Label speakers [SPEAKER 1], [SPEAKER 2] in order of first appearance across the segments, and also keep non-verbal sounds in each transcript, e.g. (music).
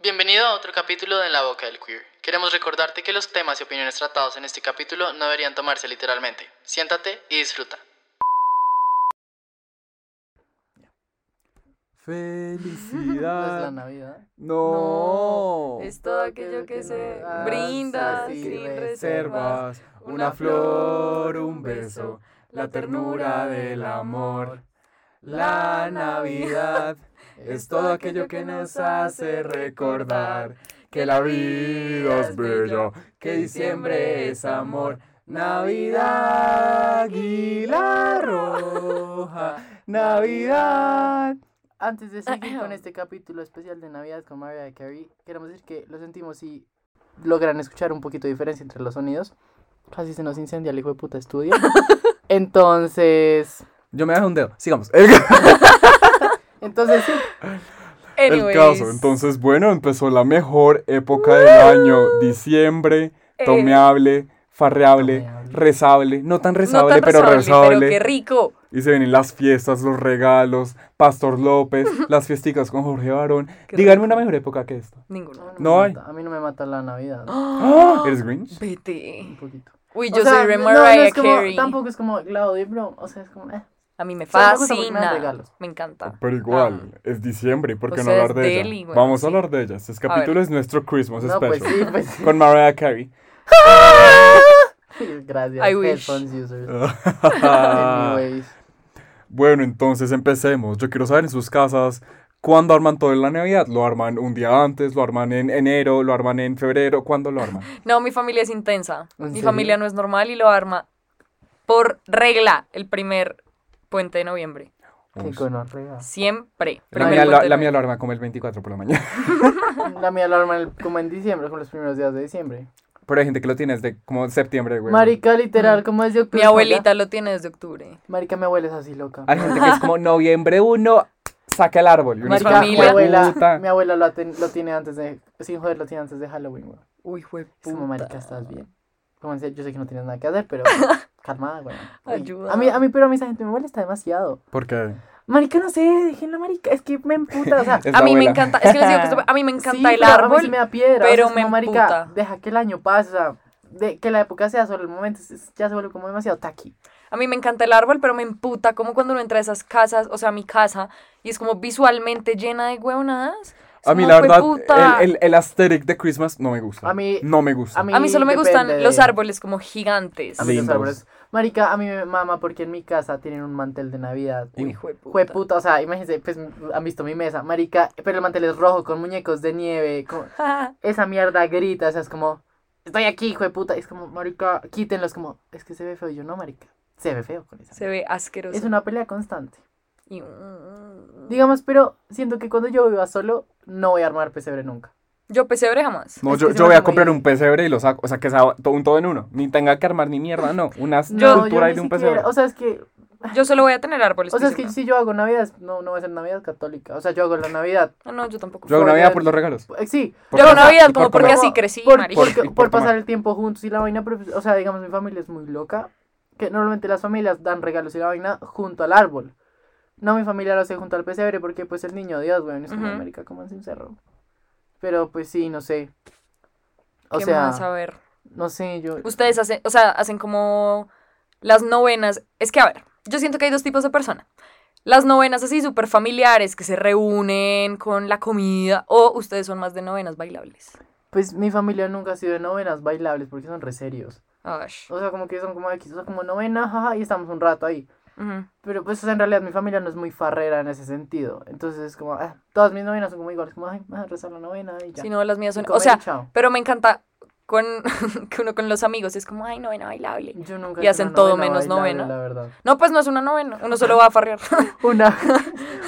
[SPEAKER 1] Bienvenido a otro capítulo de En la Boca del Queer. Queremos recordarte que los temas y opiniones tratados en este capítulo no deberían tomarse literalmente. Siéntate y disfruta. Ah.
[SPEAKER 2] Felicidad. (laughs)
[SPEAKER 1] Navidad.
[SPEAKER 2] No.
[SPEAKER 3] es todo aquello que se
[SPEAKER 2] no
[SPEAKER 3] brinda
[SPEAKER 2] das
[SPEAKER 3] sin reservas.
[SPEAKER 2] Reservas, una flor, un beso, la ternura del amor. La Navidad es todo aquello que nos hace recordar que la vida es bella, que diciembre es amor. Navidad, águila (laughs) roja, Navidad.
[SPEAKER 1] Antes de seguir con (coughs) este capítulo especial de Navidad con Mariah Carey, queremos decir que lo sentimos y logran escuchar un poquito de diferencia entre los sonidos. Casi se nos incendia el hijo de puta (laughs) estudio. Entonces,
[SPEAKER 2] Yo me dejo un dedo, sigamos. (laughs)
[SPEAKER 1] entonces sí,
[SPEAKER 2] El
[SPEAKER 3] Anyways,
[SPEAKER 2] caso, entonces, bueno, empezó la mejor época del año, diciembre,
[SPEAKER 3] eh,
[SPEAKER 2] tomeable, farreable,
[SPEAKER 1] Tomeable.
[SPEAKER 2] rezable, no tan
[SPEAKER 3] no
[SPEAKER 2] rezable,
[SPEAKER 3] tan
[SPEAKER 2] pero
[SPEAKER 3] rezable,
[SPEAKER 2] rezable.
[SPEAKER 3] Pero qué rico.
[SPEAKER 2] Y se vienen las fiestas, los regalos, Pastor
[SPEAKER 3] (laughs)
[SPEAKER 2] López, las fiesticas con Jorge Barón.
[SPEAKER 3] Qué
[SPEAKER 2] Díganme
[SPEAKER 3] rico.
[SPEAKER 2] una mejor época que esta.
[SPEAKER 1] a (gasps)
[SPEAKER 3] Ninguno.
[SPEAKER 1] mí
[SPEAKER 2] No
[SPEAKER 1] me
[SPEAKER 2] hay.
[SPEAKER 1] mata- a mí no me mata la Navidad.
[SPEAKER 2] ¡Ah! ¿Eres Grinch?
[SPEAKER 1] Un
[SPEAKER 3] Vete.
[SPEAKER 1] poquito.
[SPEAKER 3] Uy,
[SPEAKER 1] O
[SPEAKER 3] yo
[SPEAKER 1] sea,
[SPEAKER 3] soy re
[SPEAKER 1] no, no
[SPEAKER 3] Mariah
[SPEAKER 1] es como-
[SPEAKER 3] Carey.
[SPEAKER 1] Tampoco es como la odio, pero, o sea, es como. eh.
[SPEAKER 3] A mí me
[SPEAKER 1] Solo me gusta porque me dan
[SPEAKER 3] fascina.
[SPEAKER 1] regalos.
[SPEAKER 3] Me encanta.
[SPEAKER 2] Pero igual, es diciembre, ¿por
[SPEAKER 3] Ah. o
[SPEAKER 2] qué no
[SPEAKER 3] sea,
[SPEAKER 2] hablar
[SPEAKER 3] es
[SPEAKER 2] de ella?
[SPEAKER 3] deli, güey,
[SPEAKER 2] Vamos a
[SPEAKER 3] sí.
[SPEAKER 2] hablar de ella. Este
[SPEAKER 3] ver.
[SPEAKER 2] capítulo es nuestro Christmas
[SPEAKER 1] No, pues
[SPEAKER 2] special.
[SPEAKER 1] sí, pues sí.
[SPEAKER 2] Con Mariah Carey.
[SPEAKER 3] (laughs)
[SPEAKER 1] (laughs) Gracias,
[SPEAKER 3] I wish.
[SPEAKER 1] headphones
[SPEAKER 2] (laughs)
[SPEAKER 1] users. Anyways.
[SPEAKER 2] Ah, Bueno, entonces empecemos. Yo quiero saber en sus casas cuándo arman todo en la Navidad. ¿Lo arman un día antes? ¿Lo arman en enero? ¿Lo arman en febrero? ¿Cuándo lo arman?
[SPEAKER 3] No, mi familia es intensa.
[SPEAKER 1] ¿En
[SPEAKER 3] Mi
[SPEAKER 1] serio?
[SPEAKER 3] familia no es normal y lo arma por regla el primer puente de noviembre.
[SPEAKER 1] Qué
[SPEAKER 2] Ush.
[SPEAKER 1] conorrea.
[SPEAKER 3] Siempre.
[SPEAKER 2] La
[SPEAKER 3] Primer
[SPEAKER 2] mía, la,
[SPEAKER 3] puente de
[SPEAKER 2] la mía
[SPEAKER 3] noviembre.
[SPEAKER 2] lo arma como el 24 por la mañana. (laughs)
[SPEAKER 1] La mía la arma el- como en diciembre, como los primeros días de diciembre.
[SPEAKER 2] Pero hay gente que lo tiene desde como septiembre, güey.
[SPEAKER 1] Marica, literal,
[SPEAKER 3] Mm.
[SPEAKER 1] como es de octubre.
[SPEAKER 3] Mi abuelita lo tiene desde octubre.
[SPEAKER 1] ya. Marica, mi abuela es así loca.
[SPEAKER 2] Hay gente que es como noviembre 1, saca el árbol. Y uno es
[SPEAKER 1] Marica,
[SPEAKER 2] como,
[SPEAKER 3] familia.
[SPEAKER 1] mi
[SPEAKER 2] "Jue
[SPEAKER 1] abuela,
[SPEAKER 2] puta".
[SPEAKER 1] mi abuela lo, aten- lo tiene antes de. Sin joder, lo tiene antes de Halloween, güey.
[SPEAKER 3] Uy, jueputa.
[SPEAKER 1] Es como, marica, estás bien. Como en serio, yo sé que no tienes nada que hacer,
[SPEAKER 3] (laughs)
[SPEAKER 1] pero. calmada, güey. Uy,
[SPEAKER 3] Ayuda.
[SPEAKER 1] A mí, a mí, pero a mí esa gente me molesta demasiado.
[SPEAKER 2] ¿Por qué?
[SPEAKER 1] Marica, no sé, déjenlo, marica. Es que Ah, me emputa, o sea.
[SPEAKER 2] (laughs) Es la
[SPEAKER 3] A mí me
[SPEAKER 2] abuela.
[SPEAKER 3] encanta, es que les digo que
[SPEAKER 2] (laughs)
[SPEAKER 3] esto- a mí me encanta
[SPEAKER 1] sí,
[SPEAKER 3] el
[SPEAKER 1] pero a mí
[SPEAKER 3] árbol.
[SPEAKER 1] sí me da piedra,
[SPEAKER 3] pero
[SPEAKER 1] o sea, es
[SPEAKER 3] me
[SPEAKER 1] como, marica,
[SPEAKER 3] emputa.
[SPEAKER 1] deja que el año pase, o sea, de- que la época sea solo el momento, es- es- ya se vuelve como demasiado taqui.
[SPEAKER 3] A mí me encanta el árbol, pero me emputa como cuando uno entra a esas casas, o sea, a mi casa, y es como visualmente llena de huevonadas. Es
[SPEAKER 2] A mí,
[SPEAKER 3] como,
[SPEAKER 2] la verdad,
[SPEAKER 3] "Jueputa".
[SPEAKER 2] el, el, el aesthetic de Christmas no me gusta.
[SPEAKER 1] A mí-
[SPEAKER 2] No me gusta.
[SPEAKER 3] a mí solo me
[SPEAKER 1] depende
[SPEAKER 3] gustan
[SPEAKER 1] de-
[SPEAKER 3] los árboles como gigantes.
[SPEAKER 1] A mí los
[SPEAKER 2] Lindos.
[SPEAKER 1] árboles. Marica, a mí me mama porque en mi casa tienen un mantel de Navidad.
[SPEAKER 3] Uy, jueputa.
[SPEAKER 1] Jueputa, o sea, imagínense, pues han visto mi mesa, marica, pero el mantel es rojo con muñecos de nieve, con- esa mierda grita, o sea, es como, estoy aquí, jueputa, es como, marica, quítenlo, es como, es que se ve feo, y yo no, marica, se ve feo con esa.
[SPEAKER 3] (laughs) Se ve asqueroso.
[SPEAKER 1] es una pelea constante.
[SPEAKER 3] Y-
[SPEAKER 1] Digamos, pero siento que cuando yo viva solo, no voy a armar pesebre nunca.
[SPEAKER 3] Yo pesebre jamás.
[SPEAKER 2] No,
[SPEAKER 1] es
[SPEAKER 2] yo,
[SPEAKER 1] que se
[SPEAKER 2] yo
[SPEAKER 1] me
[SPEAKER 2] voy a
[SPEAKER 1] hace muy-
[SPEAKER 2] comprar un pesebre y lo saco. O sea, que sea to- un todo en uno. Ni tenga que armar ni mierda, no. Una
[SPEAKER 1] No, yo
[SPEAKER 2] estructura
[SPEAKER 1] ni
[SPEAKER 2] y de un
[SPEAKER 1] siquiera-
[SPEAKER 2] pesebre.
[SPEAKER 1] O sea, es que,
[SPEAKER 3] Yo solo voy a tener árboles.
[SPEAKER 1] o sea, es
[SPEAKER 3] estoy
[SPEAKER 1] que
[SPEAKER 3] segura.
[SPEAKER 1] si yo hago Navidad, no, no va a ser Navidad católica. O sea, yo hago la Navidad.
[SPEAKER 3] Ah, no, yo tampoco.
[SPEAKER 2] yo hago
[SPEAKER 1] por-
[SPEAKER 2] Navidad por los regalos.
[SPEAKER 1] eh, Sí,
[SPEAKER 2] por-
[SPEAKER 3] yo hago
[SPEAKER 1] o sea,
[SPEAKER 3] Navidad
[SPEAKER 2] y
[SPEAKER 3] como
[SPEAKER 2] por
[SPEAKER 3] porque
[SPEAKER 2] comer.
[SPEAKER 3] así crecí,
[SPEAKER 1] por,
[SPEAKER 3] marica.
[SPEAKER 1] porque-
[SPEAKER 2] y por
[SPEAKER 1] por pasar
[SPEAKER 2] tomar.
[SPEAKER 1] el tiempo juntos y la vaina, pero, pues, o sea, digamos, mi familia es muy loca. Que normalmente las familias dan regalos y la vaina junto al árbol. No, mi familia lo hace junto al pesebre porque, pues, el niño Dios, weón, es como
[SPEAKER 3] Ujú.
[SPEAKER 1] América, como en cerro. Pero, pues, sí, no sé. O
[SPEAKER 3] ¿Qué
[SPEAKER 1] sea,
[SPEAKER 3] más? A ver.
[SPEAKER 1] no sé, yo...
[SPEAKER 3] Ustedes hacen, o sea, hacen como las novenas. Es que, a ver, yo siento que hay dos tipos de personas. Las novenas así súper familiares que se reúnen con la comida o ustedes son más de novenas bailables.
[SPEAKER 1] Pues mi familia nunca ha sido de novenas bailables porque son re serios.
[SPEAKER 3] Ash.
[SPEAKER 1] O sea, como que son como X, o sea, como novena, jaja, y estamos un rato ahí.
[SPEAKER 3] Ujú.
[SPEAKER 1] Pero pues o sea, en realidad mi familia no es muy farrera en ese sentido. Entonces, como, ah, todas mis novenas son como iguales, como, ay, vamos a rezar la novena y ya.
[SPEAKER 3] Si no, las mías
[SPEAKER 1] Y
[SPEAKER 3] son...
[SPEAKER 1] comer
[SPEAKER 3] O
[SPEAKER 1] y
[SPEAKER 3] sea,
[SPEAKER 1] chao.
[SPEAKER 3] pero me encanta con, (laughs) que uno con los amigos es como, ay, novena bailable.
[SPEAKER 1] Yo nunca
[SPEAKER 3] y
[SPEAKER 1] hice
[SPEAKER 3] hacen
[SPEAKER 1] una
[SPEAKER 3] todo
[SPEAKER 1] novena
[SPEAKER 3] menos
[SPEAKER 1] bailable,
[SPEAKER 3] novena.
[SPEAKER 1] La
[SPEAKER 3] (laughs)
[SPEAKER 1] verdad.
[SPEAKER 3] No, pues no es una novena, uno solo va a farrear. (laughs)
[SPEAKER 1] Una,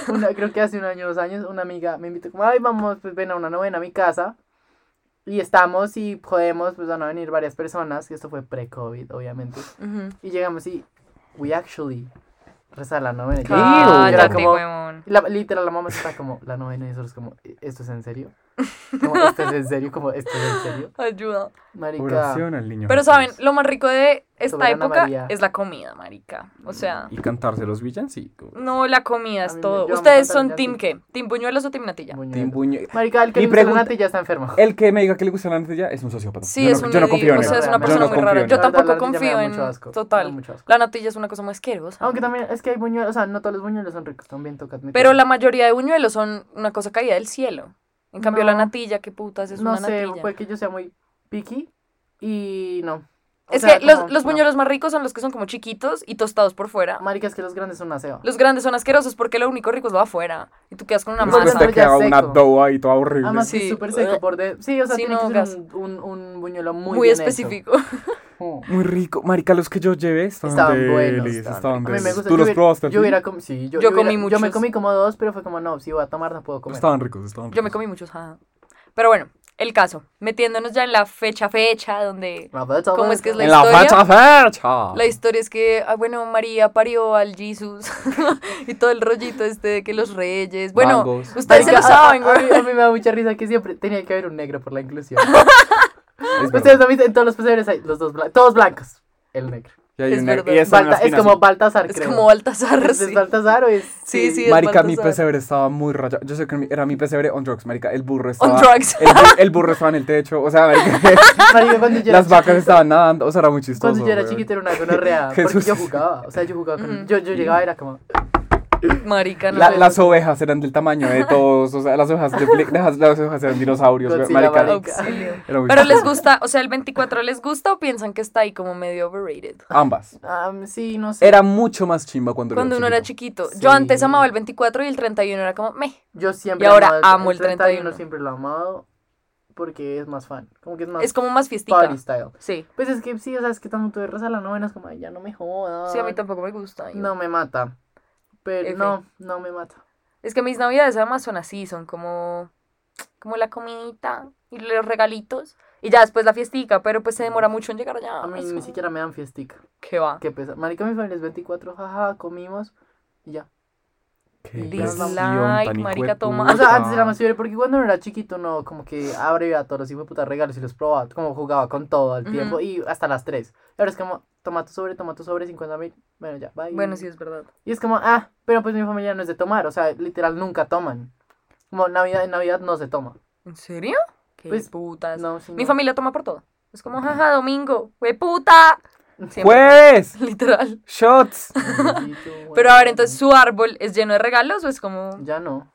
[SPEAKER 1] una, creo que hace un año, dos años, una amiga me invitó, como, ay, vamos, pues ven a una novena a mi casa. Y estamos y jodemos, pues van a venir varias personas, y esto fue pre-COVID, obviamente.
[SPEAKER 3] Ujú.
[SPEAKER 1] Y llegamos y, we actually, rezar la novena. Y yo-
[SPEAKER 2] Cállate,
[SPEAKER 1] y era
[SPEAKER 3] Cállate,
[SPEAKER 1] como,
[SPEAKER 3] huevón.
[SPEAKER 1] y la- literal, la mamá está como, la novena, y nosotros como, ¿esto es "E, en serio? Como, ¿esto es en serio? Como, ¿esto es en serio?
[SPEAKER 3] Ayuda.
[SPEAKER 1] Marica.
[SPEAKER 2] Oración al niño.
[SPEAKER 3] Pero
[SPEAKER 2] Jesús.
[SPEAKER 3] saben, lo más rico de esta
[SPEAKER 1] Soberana
[SPEAKER 3] época
[SPEAKER 1] María.
[SPEAKER 3] es la comida, marica. O sea, Mm.
[SPEAKER 2] Y cantarse los villancicos.
[SPEAKER 3] no la comida,
[SPEAKER 1] A
[SPEAKER 3] es
[SPEAKER 1] mí me-
[SPEAKER 3] todo.
[SPEAKER 1] yo amo
[SPEAKER 3] ¿Ustedes
[SPEAKER 1] cantar
[SPEAKER 3] son team qué? ¿Team buñuelos o team natilla?
[SPEAKER 1] Buñuelos.
[SPEAKER 2] Tim Buñue-
[SPEAKER 1] Marica, el que le
[SPEAKER 2] Mi
[SPEAKER 1] gusta la
[SPEAKER 2] pregunta-
[SPEAKER 1] natilla está enfermo.
[SPEAKER 2] El que me diga que le gusta la natilla es un sociópata.
[SPEAKER 3] Sí,
[SPEAKER 2] yo
[SPEAKER 3] es
[SPEAKER 2] no,
[SPEAKER 3] un
[SPEAKER 2] yo no
[SPEAKER 3] idi-
[SPEAKER 2] confío en
[SPEAKER 3] o
[SPEAKER 2] él.
[SPEAKER 3] sea, es
[SPEAKER 1] Yo
[SPEAKER 3] una
[SPEAKER 1] no
[SPEAKER 3] persona muy
[SPEAKER 2] confío
[SPEAKER 3] rara.
[SPEAKER 2] en
[SPEAKER 3] Yo
[SPEAKER 2] él.
[SPEAKER 1] La
[SPEAKER 3] tampoco
[SPEAKER 1] verdad, la natilla me
[SPEAKER 3] confío
[SPEAKER 1] da
[SPEAKER 3] en...
[SPEAKER 1] mucho asco, me da
[SPEAKER 3] Total.
[SPEAKER 1] mucho asco.
[SPEAKER 3] La natilla es una cosa muy asquerosa.
[SPEAKER 1] Aunque también es que hay buñuelos, o sea, no todos los buñuelos son ricos, también toca admitir.
[SPEAKER 3] Pero la mayoría de buñuelos son una cosa caída del cielo. En cambio,
[SPEAKER 1] No.
[SPEAKER 3] la natilla, qué putas, es
[SPEAKER 1] no
[SPEAKER 3] una
[SPEAKER 1] sé,
[SPEAKER 3] natilla.
[SPEAKER 1] puede que yo sea muy picky y no. O
[SPEAKER 3] es
[SPEAKER 1] sea,
[SPEAKER 3] que los,
[SPEAKER 1] como-
[SPEAKER 3] los
[SPEAKER 1] no.
[SPEAKER 3] buñuelos más ricos son los que son como chiquitos y tostados por fuera.
[SPEAKER 1] Marica, es que los grandes son una ceba.
[SPEAKER 3] Los grandes son asquerosos porque lo único rico es lo de afuera. Y tú quedas con una
[SPEAKER 1] Los
[SPEAKER 2] Después
[SPEAKER 1] masa.
[SPEAKER 3] masa.
[SPEAKER 2] te
[SPEAKER 1] Pero ya
[SPEAKER 2] queda una
[SPEAKER 1] seco.
[SPEAKER 2] doa y toda horrible.
[SPEAKER 1] Además,
[SPEAKER 3] Sí. eh,
[SPEAKER 1] es Ah, súper seco por dentro. Sí, o sea,
[SPEAKER 3] Sí,
[SPEAKER 1] tiene
[SPEAKER 3] no,
[SPEAKER 1] que
[SPEAKER 3] gas.
[SPEAKER 1] ser un, un, un buñuelo muy,
[SPEAKER 3] Muy,
[SPEAKER 1] bien hecho.
[SPEAKER 3] específico. (laughs)
[SPEAKER 1] Mm.
[SPEAKER 2] Muy rico. Marica, los que yo llevé estaban,
[SPEAKER 1] Estaban
[SPEAKER 2] delis,
[SPEAKER 1] buenos,
[SPEAKER 2] Estaban,
[SPEAKER 1] A mí me
[SPEAKER 2] delis.
[SPEAKER 1] gusta.
[SPEAKER 2] Tú
[SPEAKER 1] yo
[SPEAKER 2] los
[SPEAKER 1] hubiera-
[SPEAKER 2] probaste.
[SPEAKER 1] Yo
[SPEAKER 2] ¿sí?
[SPEAKER 1] hubiera comido. Sí, yo,
[SPEAKER 3] Yo
[SPEAKER 1] hubiera-
[SPEAKER 3] comí
[SPEAKER 1] Yo me
[SPEAKER 3] muchos.
[SPEAKER 1] comí como dos, pero fue como, no, si voy a tomar, no puedo comer.
[SPEAKER 2] Estaban ricos, estaban ricos.
[SPEAKER 3] Yo me comí muchos, ajá. Pero bueno, el caso. Metiéndonos ya en la fecha, fecha, donde... ¿Cómo es que es
[SPEAKER 2] En
[SPEAKER 3] la
[SPEAKER 2] la
[SPEAKER 3] historia-
[SPEAKER 2] facha facha.
[SPEAKER 3] La historia es que, ah, bueno, María parió al Jesús (laughs) y todo el rollito este de que los reyes. Bueno,
[SPEAKER 2] Mangos.
[SPEAKER 3] ustedes se lo
[SPEAKER 1] Marica, ah, a-
[SPEAKER 3] saben,
[SPEAKER 1] a- a
[SPEAKER 3] güey.
[SPEAKER 1] mí- A mí me da mucha risa que siempre tenía que haber un negro por la
[SPEAKER 3] (laughs)
[SPEAKER 1] inclusión.
[SPEAKER 2] Es
[SPEAKER 1] Ustedes
[SPEAKER 2] verdad.
[SPEAKER 1] lo viste en todos los pesebre hay los dos blancos. Todos blancos. El negro.
[SPEAKER 2] Y hay
[SPEAKER 3] Es
[SPEAKER 2] una- y
[SPEAKER 3] verdad.
[SPEAKER 2] eso en
[SPEAKER 1] Balta-
[SPEAKER 2] la
[SPEAKER 1] es
[SPEAKER 2] esquina,
[SPEAKER 1] como
[SPEAKER 2] sí.
[SPEAKER 1] Baltasar,
[SPEAKER 3] Es
[SPEAKER 1] creo.
[SPEAKER 3] como Baltasar,
[SPEAKER 1] ¿Es
[SPEAKER 3] sí.
[SPEAKER 1] Baltasar o es...?
[SPEAKER 3] Sí, sí, es
[SPEAKER 2] Marica, mi
[SPEAKER 3] Baltasar.
[SPEAKER 2] pesebre estaba muy rayado. Yo sé que mi- era mi pesebre on drugs, marica. El burro estaba...
[SPEAKER 3] On drugs.
[SPEAKER 2] El, bu- el burro estaba en el techo. O sea, marica,
[SPEAKER 1] Marica, cuando yo era
[SPEAKER 2] (laughs) las vacas estaban nadando. O sea, era muy chistoso.
[SPEAKER 1] Cuando yo era
[SPEAKER 2] weón.
[SPEAKER 1] chiquito era una gonorrea, porque
[SPEAKER 2] (laughs) Jesús.
[SPEAKER 1] yo jugaba, o sea, yo jugaba con...
[SPEAKER 3] Mm.
[SPEAKER 1] Yo, yo llegaba y era como...
[SPEAKER 3] Marica, no.
[SPEAKER 2] La-
[SPEAKER 1] sé.
[SPEAKER 2] las ovejas eran del tamaño de todos. O sea, las ovejas, de peli- las, las ovejas eran dinosaurios. weón,
[SPEAKER 1] Godzilla,
[SPEAKER 2] marica.
[SPEAKER 1] marica.
[SPEAKER 3] Auxilio.
[SPEAKER 2] Era muy
[SPEAKER 3] Pero
[SPEAKER 2] chistoso.
[SPEAKER 3] les gusta, o sea, el 24 les gusta o piensan que está ahí como medio overrated.
[SPEAKER 2] Ambas.
[SPEAKER 1] "Am, sí, no sé.
[SPEAKER 2] Era mucho más chimba cuando,
[SPEAKER 3] Cuando uno era
[SPEAKER 2] chiquito.
[SPEAKER 3] chiquito.
[SPEAKER 1] Sí.
[SPEAKER 3] Yo antes amaba el 24 y el 31 era como meh.
[SPEAKER 1] Yo siempre...
[SPEAKER 3] Y ahora
[SPEAKER 1] amaba
[SPEAKER 3] amo el 31.
[SPEAKER 1] siempre lo he amado porque es más fan. Como que es más
[SPEAKER 3] Es como más fiestica.
[SPEAKER 1] Ah. party style.
[SPEAKER 3] Sí.
[SPEAKER 1] Pues es que sí, o sea, es que tan tuve raza la novena, es como, "Ay, ya no me jodas.
[SPEAKER 3] Sí, a mí tampoco me gusta. yo-
[SPEAKER 1] Ah. No me mata. Pero
[SPEAKER 3] F.
[SPEAKER 1] no, no me mata.
[SPEAKER 3] Es que mis navidades además son así, son como, como la comidita y los regalitos. Y ya después la fiestica, pero pues se demora mucho en llegar allá.
[SPEAKER 1] A mí
[SPEAKER 3] Ah, es
[SPEAKER 1] ni
[SPEAKER 3] como,
[SPEAKER 1] siquiera me dan fiestica.
[SPEAKER 3] ¿Qué va?
[SPEAKER 1] Qué pesa. Marica, mi familia es 24, jaja, comimos y ya.
[SPEAKER 2] Qué
[SPEAKER 1] Dislike,
[SPEAKER 2] presión tan
[SPEAKER 3] marica,
[SPEAKER 2] hijueputa.
[SPEAKER 3] toma.
[SPEAKER 1] O sea, antes era más chévere porque cuando uno era chiquito, no, como que abría todos los hijos de puta regalos y los probaba, como jugaba con todo al
[SPEAKER 3] Ujú.
[SPEAKER 1] tiempo y hasta las 3. Ahora es como, toma tu sobre, toma tu sobre, 50 mil, bueno, ya, bye.
[SPEAKER 3] Bueno, sí, es verdad.
[SPEAKER 1] Y es como, ah, pero pues mi familia no es de tomar, o sea, literal nunca toman. Como Navidad, en Navidad no se toma.
[SPEAKER 3] ¿En serio? Qué
[SPEAKER 1] Pues,
[SPEAKER 3] putas.
[SPEAKER 1] No, sí, (laughs)
[SPEAKER 3] Mi
[SPEAKER 1] no.
[SPEAKER 3] familia toma por todo. Es como, jaja, domingo, wey puta. Siempre.
[SPEAKER 2] ¡Jueves!
[SPEAKER 3] (laughs) Literal.
[SPEAKER 2] Pues, ¡Shots!
[SPEAKER 1] Bendito, bueno.
[SPEAKER 3] (laughs) Pero a ver, entonces, ¿su árbol es lleno de regalos o es como...?
[SPEAKER 1] Ya no.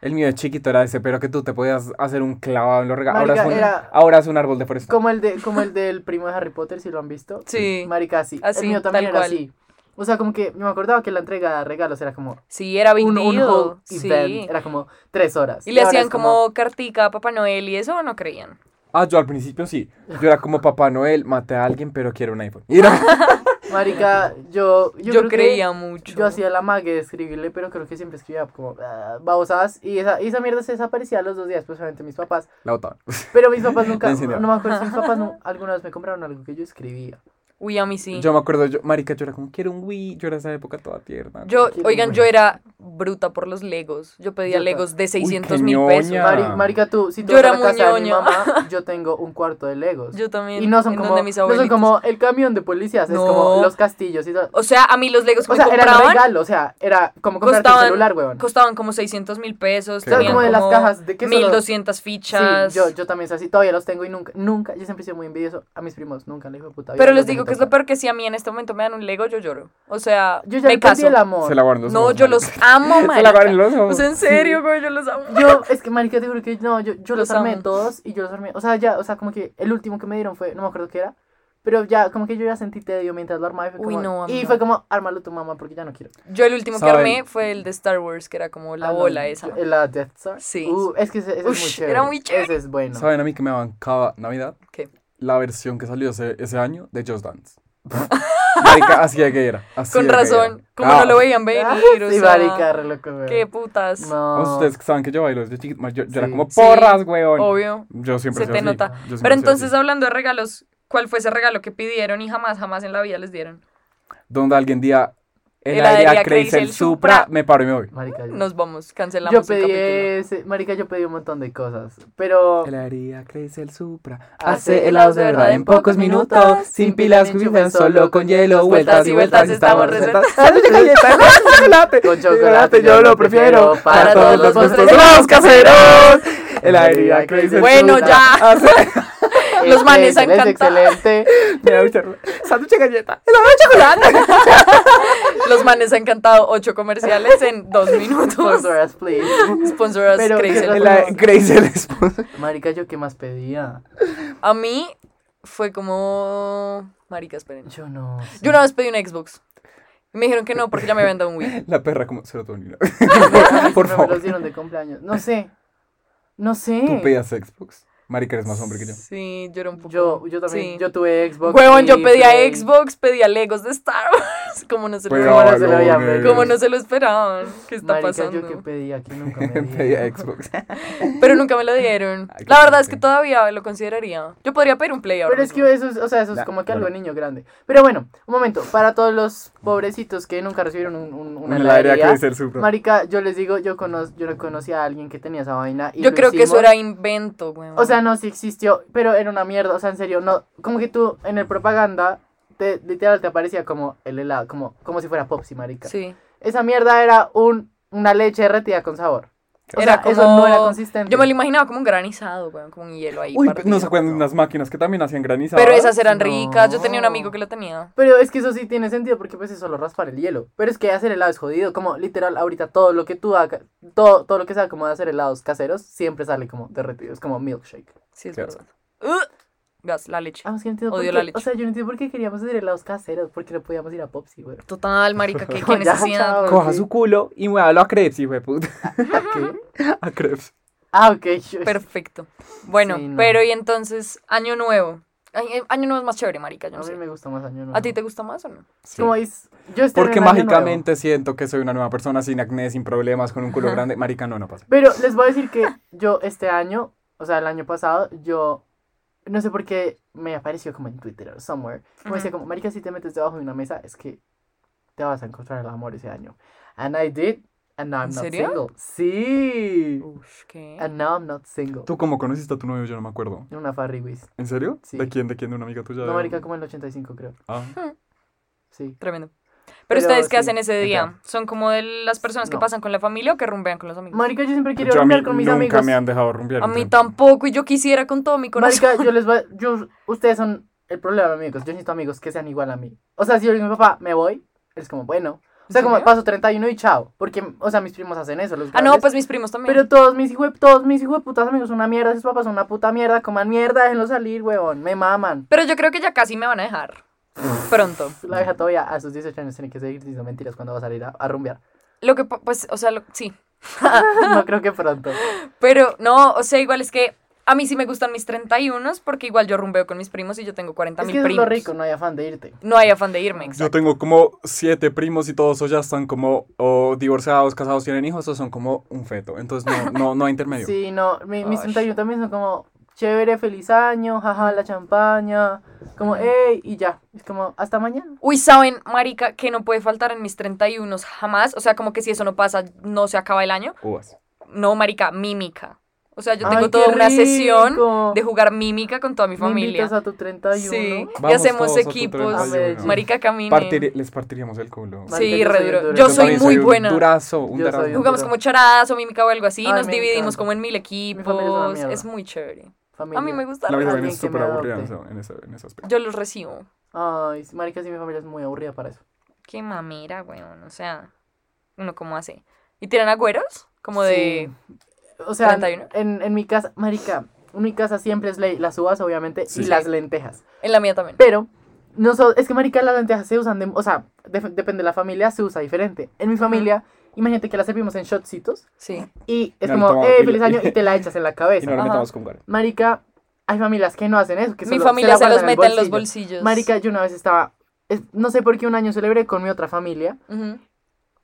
[SPEAKER 2] El mío de chiquito era ese, pero que tú te podías hacer un clavado en los regalos. Ahora,
[SPEAKER 1] Marica,
[SPEAKER 2] es un-
[SPEAKER 1] era-
[SPEAKER 2] ahora es un árbol de foresta.
[SPEAKER 1] Como el, de, como el del primo de Harry Potter, si lo han visto.
[SPEAKER 3] Sí.
[SPEAKER 1] Marica, sí.
[SPEAKER 3] Así,
[SPEAKER 1] el mío también
[SPEAKER 3] tal
[SPEAKER 1] era
[SPEAKER 3] cual.
[SPEAKER 1] así. O sea, como que me acordaba que la entrega de regalos era como
[SPEAKER 3] Sí, era
[SPEAKER 1] un,
[SPEAKER 3] vendido.
[SPEAKER 1] un whole
[SPEAKER 3] sí.
[SPEAKER 1] event, era como tres horas.
[SPEAKER 3] Y le
[SPEAKER 1] ahora
[SPEAKER 3] hacían
[SPEAKER 1] es
[SPEAKER 3] como, cartica a Papá Noel y eso, ¿o no creían?
[SPEAKER 2] Ah, yo al principio sí. Yo era como Papá Noel, maté a alguien, pero quiero un iPhone. Y
[SPEAKER 3] Ah.
[SPEAKER 2] era-
[SPEAKER 1] Marica, yo, yo,
[SPEAKER 3] Yo,
[SPEAKER 1] creo que
[SPEAKER 3] creía mucho.
[SPEAKER 1] Yo hacía la mague de escribirle, pero creo que siempre escribía como ah, babosadas. Y esa, y esa mierda se desaparecía a los dos días, pues obviamente mis papás.
[SPEAKER 2] (laughs) La botaban.
[SPEAKER 1] Pero mis (laughs) papás nunca,
[SPEAKER 2] La
[SPEAKER 1] no,
[SPEAKER 2] incendiaron.
[SPEAKER 1] me acuerdo si mis
[SPEAKER 3] (laughs)
[SPEAKER 1] papás no, alguna vez me compraron algo que yo escribía.
[SPEAKER 3] Uy, a mí sí.
[SPEAKER 2] Yo me acuerdo, yo, marica, yo era como, quiero un Wii. Yo era esa época toda tierna.
[SPEAKER 3] Yo,
[SPEAKER 1] Qué
[SPEAKER 3] oigan,
[SPEAKER 1] bueno.
[SPEAKER 3] yo era bruta por los Legos. Yo pedía
[SPEAKER 1] Yo
[SPEAKER 3] Legos de
[SPEAKER 2] Uy,
[SPEAKER 3] 600
[SPEAKER 2] qué
[SPEAKER 3] mil pesos.
[SPEAKER 2] ñoña.
[SPEAKER 1] Mari- marica, tú, si tú
[SPEAKER 3] Yo
[SPEAKER 1] vas a la
[SPEAKER 3] era muy
[SPEAKER 1] casa de mi
[SPEAKER 3] ñoña. (laughs)
[SPEAKER 1] mamá, yo tengo un cuarto de Legos.
[SPEAKER 3] Yo también.
[SPEAKER 1] y no son,
[SPEAKER 3] en
[SPEAKER 1] como,
[SPEAKER 3] donde mis
[SPEAKER 1] no son
[SPEAKER 3] abuelitos-
[SPEAKER 1] como el camión de policías, es
[SPEAKER 3] No.
[SPEAKER 1] como los castillos y todo.
[SPEAKER 3] O sea, a mí los Legos que
[SPEAKER 1] O sea,
[SPEAKER 3] me
[SPEAKER 1] era
[SPEAKER 3] compraban
[SPEAKER 1] regalo, o sea, era como comprarte un
[SPEAKER 3] costaban-
[SPEAKER 1] celular, weón.
[SPEAKER 3] costaban como 600 mil pesos.
[SPEAKER 2] O sea,
[SPEAKER 1] Claro,
[SPEAKER 3] tenían
[SPEAKER 1] como de las cajas de que solo-
[SPEAKER 3] 1200 fichas.
[SPEAKER 1] Sí, yo, yo también soy así, todavía los tengo y nunca, nunca, yo siempre he sido muy envidioso a mis primos, nunca le digo puta.
[SPEAKER 3] Pero
[SPEAKER 1] vida,
[SPEAKER 3] les
[SPEAKER 1] los dejé
[SPEAKER 3] digo que es lo
[SPEAKER 1] tocar.
[SPEAKER 3] peor que si a mí en este momento me dan un Lego, yo lloro. O sea,
[SPEAKER 1] Yo ya
[SPEAKER 3] me
[SPEAKER 1] le perdí
[SPEAKER 3] caso.
[SPEAKER 1] el amor.
[SPEAKER 2] Se lavaron los
[SPEAKER 3] No,
[SPEAKER 2] ojos, (laughs)
[SPEAKER 3] yo
[SPEAKER 2] marica.
[SPEAKER 3] los amo,
[SPEAKER 2] Se lavaron
[SPEAKER 3] marica.
[SPEAKER 2] los
[SPEAKER 3] O
[SPEAKER 2] ojos.
[SPEAKER 3] sea, en serio, güey, yo los amo.
[SPEAKER 1] Yo, es que marica, te juro que no, yo, yo los,
[SPEAKER 3] Los
[SPEAKER 1] armé
[SPEAKER 3] amo.
[SPEAKER 1] todos y yo los armé, o sea, ya, o sea, como que el último que me dieron fue, no me acuerdo qué era, pero ya, como que yo ya sentí tedio mientras lo armaba y fue
[SPEAKER 3] Uy,
[SPEAKER 1] como,
[SPEAKER 3] no, a mí
[SPEAKER 1] y
[SPEAKER 3] no.
[SPEAKER 1] fue como, ármalo tu mamá porque ya no quiero.
[SPEAKER 3] Yo el último
[SPEAKER 2] Saben-
[SPEAKER 3] que armé fue el de Star Wars, que era como la
[SPEAKER 1] Ah, no,
[SPEAKER 3] bola esa.
[SPEAKER 1] yo- La Death Star.
[SPEAKER 3] Sí.
[SPEAKER 1] Uh, es que ese, ese es muy
[SPEAKER 3] Ush,
[SPEAKER 1] chévere.
[SPEAKER 3] era muy chévere.
[SPEAKER 1] Ese es bueno.
[SPEAKER 2] ¿Saben a mí que me bancaba Navidad?
[SPEAKER 3] ¿Qué?
[SPEAKER 2] La versión que salió ese, ese año de Just Dance. (laughs) marica, así de que era. así
[SPEAKER 3] Con
[SPEAKER 2] de que
[SPEAKER 3] razón.
[SPEAKER 2] era.
[SPEAKER 3] Como
[SPEAKER 2] Ah,
[SPEAKER 3] no lo veían
[SPEAKER 1] Ah,
[SPEAKER 3] venir, o
[SPEAKER 1] sí,
[SPEAKER 3] sea,
[SPEAKER 1] marica, re loco, weón.
[SPEAKER 3] Qué putas.
[SPEAKER 1] No.
[SPEAKER 2] Pues Ustedes que saben que yo bailo desde chiquito, yo, yo era
[SPEAKER 1] Sí.
[SPEAKER 2] como
[SPEAKER 3] Sí,
[SPEAKER 2] porras, weón.
[SPEAKER 3] Obvio.
[SPEAKER 2] Yo siempre soy
[SPEAKER 3] Se te
[SPEAKER 2] así.
[SPEAKER 3] nota.
[SPEAKER 2] Yo siempre
[SPEAKER 3] Pero
[SPEAKER 2] soy
[SPEAKER 3] entonces,
[SPEAKER 2] así.
[SPEAKER 3] hablando de regalos, ¿cuál fue ese regalo que pidieron y jamás, jamás en la vida les dieron?
[SPEAKER 2] Donde alguien día El
[SPEAKER 3] Heladería
[SPEAKER 2] área
[SPEAKER 3] Crazy,
[SPEAKER 2] Crazy, el
[SPEAKER 3] el Supra.
[SPEAKER 2] Supra. Me paro y me voy.
[SPEAKER 1] Marica, yo-
[SPEAKER 3] Nos vamos,
[SPEAKER 1] Eh,
[SPEAKER 3] cancelamos
[SPEAKER 1] yo
[SPEAKER 3] el
[SPEAKER 1] pedí
[SPEAKER 3] capítulo.
[SPEAKER 1] ese- Marica, yo pedí un montón de cosas. Pero.
[SPEAKER 2] El área Crazy, el Supra.
[SPEAKER 1] Hace
[SPEAKER 2] Hace helados de verdad en pocos minutos. Sin pilas,
[SPEAKER 1] sin
[SPEAKER 2] tan
[SPEAKER 1] enchufes,
[SPEAKER 2] solo con hielo. Vueltas y vueltas estamos
[SPEAKER 3] recetados.
[SPEAKER 2] recetados. chocolate!
[SPEAKER 3] (laughs)
[SPEAKER 1] Con chocolate,
[SPEAKER 2] yo lo prefiero. Para todos los gustos
[SPEAKER 1] postres.
[SPEAKER 2] somos caseros. El área Crazy, el
[SPEAKER 3] Bueno,
[SPEAKER 2] Supra.
[SPEAKER 1] Ah,
[SPEAKER 3] ya. (laughs)
[SPEAKER 2] Hace-
[SPEAKER 3] Los manes han
[SPEAKER 1] Excelente,
[SPEAKER 3] cantado. (laughs)
[SPEAKER 1] excelente.
[SPEAKER 2] Me da mucha risa. Sándwich de galleta.
[SPEAKER 3] Los manes han cantado ocho comerciales en
[SPEAKER 1] (laughs)
[SPEAKER 3] dos minutos.
[SPEAKER 1] Sponsor us, please.
[SPEAKER 3] Sponsor us
[SPEAKER 1] Pero-
[SPEAKER 3] Crazy.
[SPEAKER 1] pero-
[SPEAKER 2] El área Crazy, el esposo.
[SPEAKER 1] Marica, ¿yo qué más pedía?
[SPEAKER 3] A mí fue como. Marica, esperen.
[SPEAKER 1] Yo no. sé.
[SPEAKER 3] Yo una vez pedí un Xbox. Y me dijeron que no porque ya me habían dado
[SPEAKER 1] (laughs)
[SPEAKER 3] un Wii.
[SPEAKER 2] La perra como (laughs) serotonina.
[SPEAKER 1] Pero
[SPEAKER 2] Por
[SPEAKER 1] Me
[SPEAKER 2] favor.
[SPEAKER 1] los dieron de cumpleaños. No sé. No sé.
[SPEAKER 2] Tú pedías Xbox. Marica, eres más hombre que yo.
[SPEAKER 3] Sí, yo era un poco.
[SPEAKER 1] Yo, yo también.
[SPEAKER 3] sí.
[SPEAKER 1] Yo tuve Xbox.
[SPEAKER 3] Huevón, yo
[SPEAKER 1] y
[SPEAKER 3] pedía
[SPEAKER 1] Play.
[SPEAKER 3] Xbox, pedía Legos de Star Wars. (laughs) Como no se lo,
[SPEAKER 2] Pero
[SPEAKER 1] ¿Cómo no se lo
[SPEAKER 2] valores.
[SPEAKER 1] habían-
[SPEAKER 3] como no se lo esperaban. ¿Qué está
[SPEAKER 1] Marica,
[SPEAKER 3] pasando?
[SPEAKER 1] yo que pedía que
[SPEAKER 2] (laughs)
[SPEAKER 1] nunca me
[SPEAKER 2] Pedía
[SPEAKER 1] dieron.
[SPEAKER 2] Xbox.
[SPEAKER 3] Pero nunca me lo
[SPEAKER 2] (laughs)
[SPEAKER 3] dieron.
[SPEAKER 2] Ay, Ah, qué
[SPEAKER 3] La verdad es que
[SPEAKER 2] triste.
[SPEAKER 3] todavía lo consideraría. Yo podría pedir un play ahora.
[SPEAKER 1] Pero es
[SPEAKER 3] mismo.
[SPEAKER 1] que eso es, o sea, eso es
[SPEAKER 2] Da,
[SPEAKER 1] como que
[SPEAKER 2] claro.
[SPEAKER 1] algo de niño grande. Pero bueno, un momento, para todos los pobrecitos que nunca recibieron un, un- una
[SPEAKER 2] Una heladería
[SPEAKER 1] heladería,
[SPEAKER 2] Crazy, el Supra.
[SPEAKER 1] Marica, yo les digo, yo, conoz, yo no conocí a alguien que tenía esa vaina. Y
[SPEAKER 3] Yo
[SPEAKER 1] lo
[SPEAKER 3] creo que eso
[SPEAKER 1] hicimos.
[SPEAKER 3] era invento, weón.
[SPEAKER 1] O sea, no, sí existió, pero era una mierda, o sea, en serio, no, como que tú en el propaganda, te, literal te aparecía como el helado, como, como si fuera Popsi, marica.
[SPEAKER 3] Sí.
[SPEAKER 1] Esa mierda era un, una leche derretida con sabor. O
[SPEAKER 3] Era
[SPEAKER 1] sea, eso
[SPEAKER 3] como-
[SPEAKER 1] no era consistente.
[SPEAKER 3] Yo me lo imaginaba como un granizado, weón, como un hielo ahí.
[SPEAKER 2] Uy,
[SPEAKER 3] partido.
[SPEAKER 2] no se acuerdan de unas máquinas que también hacían granizadas.
[SPEAKER 3] Pero esas eran
[SPEAKER 1] No.
[SPEAKER 3] ricas. Yo tenía un amigo que lo tenía.
[SPEAKER 1] Pero es que eso sí tiene sentido porque pues es solo raspar el hielo. Pero es que hacer helado es jodido. Como literal, ahorita todo lo que tú hagas, todo, todo lo que sea como de hacer helados caseros, siempre sale como derretido. Es como milkshake.
[SPEAKER 3] Sí, es
[SPEAKER 2] Qué
[SPEAKER 3] verdad. ¡Ugh! gas, la leche.
[SPEAKER 1] Ah, es que no entiendo por
[SPEAKER 3] Odio
[SPEAKER 1] qué-
[SPEAKER 3] la leche.
[SPEAKER 1] O sea, yo no entiendo por qué queríamos hacer helados caseros, porque no podíamos ir a Popsi, güey.
[SPEAKER 3] Total, marica, qué, qué
[SPEAKER 1] (laughs) Ya,
[SPEAKER 3] necesidad.
[SPEAKER 1] chao.
[SPEAKER 2] Coja
[SPEAKER 1] Sí.
[SPEAKER 2] su culo y muévalo a Krebs, hijo de puta.
[SPEAKER 1] (laughs) ¿A qué?
[SPEAKER 2] A Krebs.
[SPEAKER 1] Ah, ok. (laughs) yo-
[SPEAKER 3] Perfecto. Bueno,
[SPEAKER 1] Sí, no.
[SPEAKER 3] pero y entonces, año nuevo. Ay, eh, Año nuevo es más chévere, marica, yo
[SPEAKER 1] A
[SPEAKER 3] no
[SPEAKER 1] mí
[SPEAKER 3] sé.
[SPEAKER 1] me gusta más año nuevo.
[SPEAKER 3] ¿A ti te gusta más o no?
[SPEAKER 2] Sí.
[SPEAKER 1] Como este es, yo estoy
[SPEAKER 2] Porque mágicamente siento que soy una nueva persona sin acné, sin problemas, con un culo grande. Marica, no, no pasa.
[SPEAKER 1] Pero les voy a decir que yo este año, o sea, el año pasado, yo no sé por qué me apareció como en Twitter o somewhere. Como decía,
[SPEAKER 3] Ujú.
[SPEAKER 1] como, Marica, si te metes debajo de una mesa, es que te vas a encontrar el amor ese año. And I did, and now I'm
[SPEAKER 3] ¿En
[SPEAKER 1] not
[SPEAKER 3] serio?
[SPEAKER 1] single. Sí.
[SPEAKER 3] Uf, ¿qué?
[SPEAKER 1] And now I'm not single.
[SPEAKER 2] ¿Tú cómo conociste a tu novio? Yo no me acuerdo.
[SPEAKER 1] En una Farry Wiz.
[SPEAKER 2] ¿En serio?
[SPEAKER 1] Sí.
[SPEAKER 2] ¿De quién? ¿De quién? ¿De una amiga tuya?
[SPEAKER 1] No,
[SPEAKER 2] ¿De-
[SPEAKER 1] Marica, como en el 85, creo.
[SPEAKER 2] Ah.
[SPEAKER 1] Sí.
[SPEAKER 3] Tremendo. Pero,
[SPEAKER 1] Pero
[SPEAKER 3] ustedes, ¿qué
[SPEAKER 1] sí,
[SPEAKER 3] hacen ese día?
[SPEAKER 2] acá.
[SPEAKER 3] ¿Son como de las personas que
[SPEAKER 1] No.
[SPEAKER 3] pasan con la familia o que rumbean con los amigos?
[SPEAKER 1] Marica, yo siempre quiero
[SPEAKER 2] Yo a mí
[SPEAKER 1] hablar con mis
[SPEAKER 2] nunca
[SPEAKER 1] amigos.
[SPEAKER 2] me han dejado rumbear.
[SPEAKER 3] a mí
[SPEAKER 2] entonces-
[SPEAKER 3] tampoco, y yo quisiera con todo mi corazón.
[SPEAKER 1] Marica, yo les voy. Yo, ustedes son el problema, amigos. Yo necesito amigos que sean igual a mí. O sea, si yo le digo a mi papá, me voy, es como, bueno. O sea,
[SPEAKER 3] ¿En
[SPEAKER 1] como
[SPEAKER 3] serio?
[SPEAKER 1] paso 31 y chao. Porque, o sea, mis primos hacen eso. Los
[SPEAKER 3] Ah, no,
[SPEAKER 1] grandes.
[SPEAKER 3] pues mis primos también.
[SPEAKER 1] Pero todos mis hijos, todos mis hijos putas amigos son una mierda. Sus papás son una puta mierda. Coman mierda, déjenlo salir, weón. Me maman.
[SPEAKER 3] Pero yo creo que ya casi me van a dejar. Pronto.
[SPEAKER 1] La vieja todavía a sus 18 años tiene que seguir diciendo mentiras cuando va a salir a, a
[SPEAKER 3] (laughs)
[SPEAKER 1] rumbear.
[SPEAKER 3] Lo que, pa- pues, o sea, lo- sí.
[SPEAKER 1] no creo que pronto.
[SPEAKER 3] Pero no, o sea, igual es que a mí sí me gustan mis 31 porque igual yo rumbeo con mis primos y yo tengo 40
[SPEAKER 1] Es
[SPEAKER 3] mil
[SPEAKER 1] que eso es
[SPEAKER 3] primos.
[SPEAKER 1] lo rico, no hay afán de irte.
[SPEAKER 3] No hay afán de irme.
[SPEAKER 2] Yo
[SPEAKER 3] exacto.
[SPEAKER 2] tengo como siete primos y todos ellos ya están como o divorciados, casados, tienen hijos, o son como un feto. Entonces no, no, no hay intermedio.
[SPEAKER 1] Sí, no, mi- mis
[SPEAKER 3] Ay.
[SPEAKER 1] 31 también son como chévere, feliz año, jaja, la champaña, como, hey, y ya. Es como, hasta mañana.
[SPEAKER 3] Uy, saben, marica, que no puede faltar en mis 31 jamás. O sea, como que si eso no pasa, no se acaba el año.
[SPEAKER 2] Uvas.
[SPEAKER 3] No, marica, mímica. O sea, yo
[SPEAKER 1] Ay,
[SPEAKER 3] tengo
[SPEAKER 1] qué
[SPEAKER 3] toda una sesión
[SPEAKER 1] rico.
[SPEAKER 3] de jugar mímica con toda mi
[SPEAKER 1] Me
[SPEAKER 3] familia.
[SPEAKER 1] invitas a tu 31.
[SPEAKER 3] Sí,
[SPEAKER 2] Vamos
[SPEAKER 3] y hacemos
[SPEAKER 2] todos a tu
[SPEAKER 3] equipos.
[SPEAKER 2] 31.
[SPEAKER 3] Marica, camine.
[SPEAKER 2] Partir- les partiríamos el culo.
[SPEAKER 1] Marica,
[SPEAKER 3] sí,
[SPEAKER 1] yo
[SPEAKER 3] re
[SPEAKER 1] soy un
[SPEAKER 3] duro.
[SPEAKER 1] duro.
[SPEAKER 3] Yo
[SPEAKER 1] Yo
[SPEAKER 3] soy
[SPEAKER 1] también
[SPEAKER 3] muy
[SPEAKER 2] un
[SPEAKER 3] buena.
[SPEAKER 2] Durazo, un
[SPEAKER 1] Yo soy
[SPEAKER 2] durazo.
[SPEAKER 1] un-
[SPEAKER 3] Jugamos como charadas o mímica o algo así,
[SPEAKER 1] Ay,
[SPEAKER 3] nos
[SPEAKER 1] me
[SPEAKER 3] dividimos
[SPEAKER 1] encanta.
[SPEAKER 3] como en mil
[SPEAKER 1] familia es una
[SPEAKER 3] equipos.
[SPEAKER 1] mierda.
[SPEAKER 3] Es muy chévere.
[SPEAKER 1] Familia.
[SPEAKER 3] A mí me gusta.
[SPEAKER 2] La vida
[SPEAKER 3] re-
[SPEAKER 1] Alguien
[SPEAKER 2] también es
[SPEAKER 1] que me
[SPEAKER 2] súper aburrida en,
[SPEAKER 1] adopte.
[SPEAKER 2] ese- en ese, en ese aspecto.
[SPEAKER 3] Yo los recibo.
[SPEAKER 1] Ay, marica, sí, mi familia es muy aburrida para eso.
[SPEAKER 3] Qué mamera, weón. O sea, uno cómo hace. ¿Y tiran agüeros? Como de.
[SPEAKER 1] O sea,
[SPEAKER 3] 31.
[SPEAKER 1] en, en mi casa, marica, en mi casa siempre es ley las uvas, obviamente,
[SPEAKER 2] Sí.
[SPEAKER 1] y las lentejas.
[SPEAKER 3] En la mía también.
[SPEAKER 1] Pero, no so- es que, marica, las lentejas se usan, de, o sea, de- depende de la familia, se usa diferente. En mi familia, imagínate que las servimos en shotcitos
[SPEAKER 3] Sí.
[SPEAKER 1] y es
[SPEAKER 2] No, no
[SPEAKER 1] como,
[SPEAKER 2] tomamos
[SPEAKER 1] eh,
[SPEAKER 2] pila".
[SPEAKER 1] feliz año, y te la echas en la
[SPEAKER 2] (laughs) Y
[SPEAKER 1] cabeza.
[SPEAKER 2] no lo
[SPEAKER 3] Ajá.
[SPEAKER 2] metamos con cara.
[SPEAKER 1] Marica, hay familias que no hacen eso. (laughs) Que
[SPEAKER 3] Mi
[SPEAKER 1] solo
[SPEAKER 3] familia
[SPEAKER 1] la
[SPEAKER 3] se, los
[SPEAKER 1] guardan el
[SPEAKER 3] mete en los
[SPEAKER 1] bolsillo.
[SPEAKER 3] bolsillos.
[SPEAKER 1] Marica, yo una vez estaba, es- no sé por qué un año celebré con mi otra familia.
[SPEAKER 3] Ujú.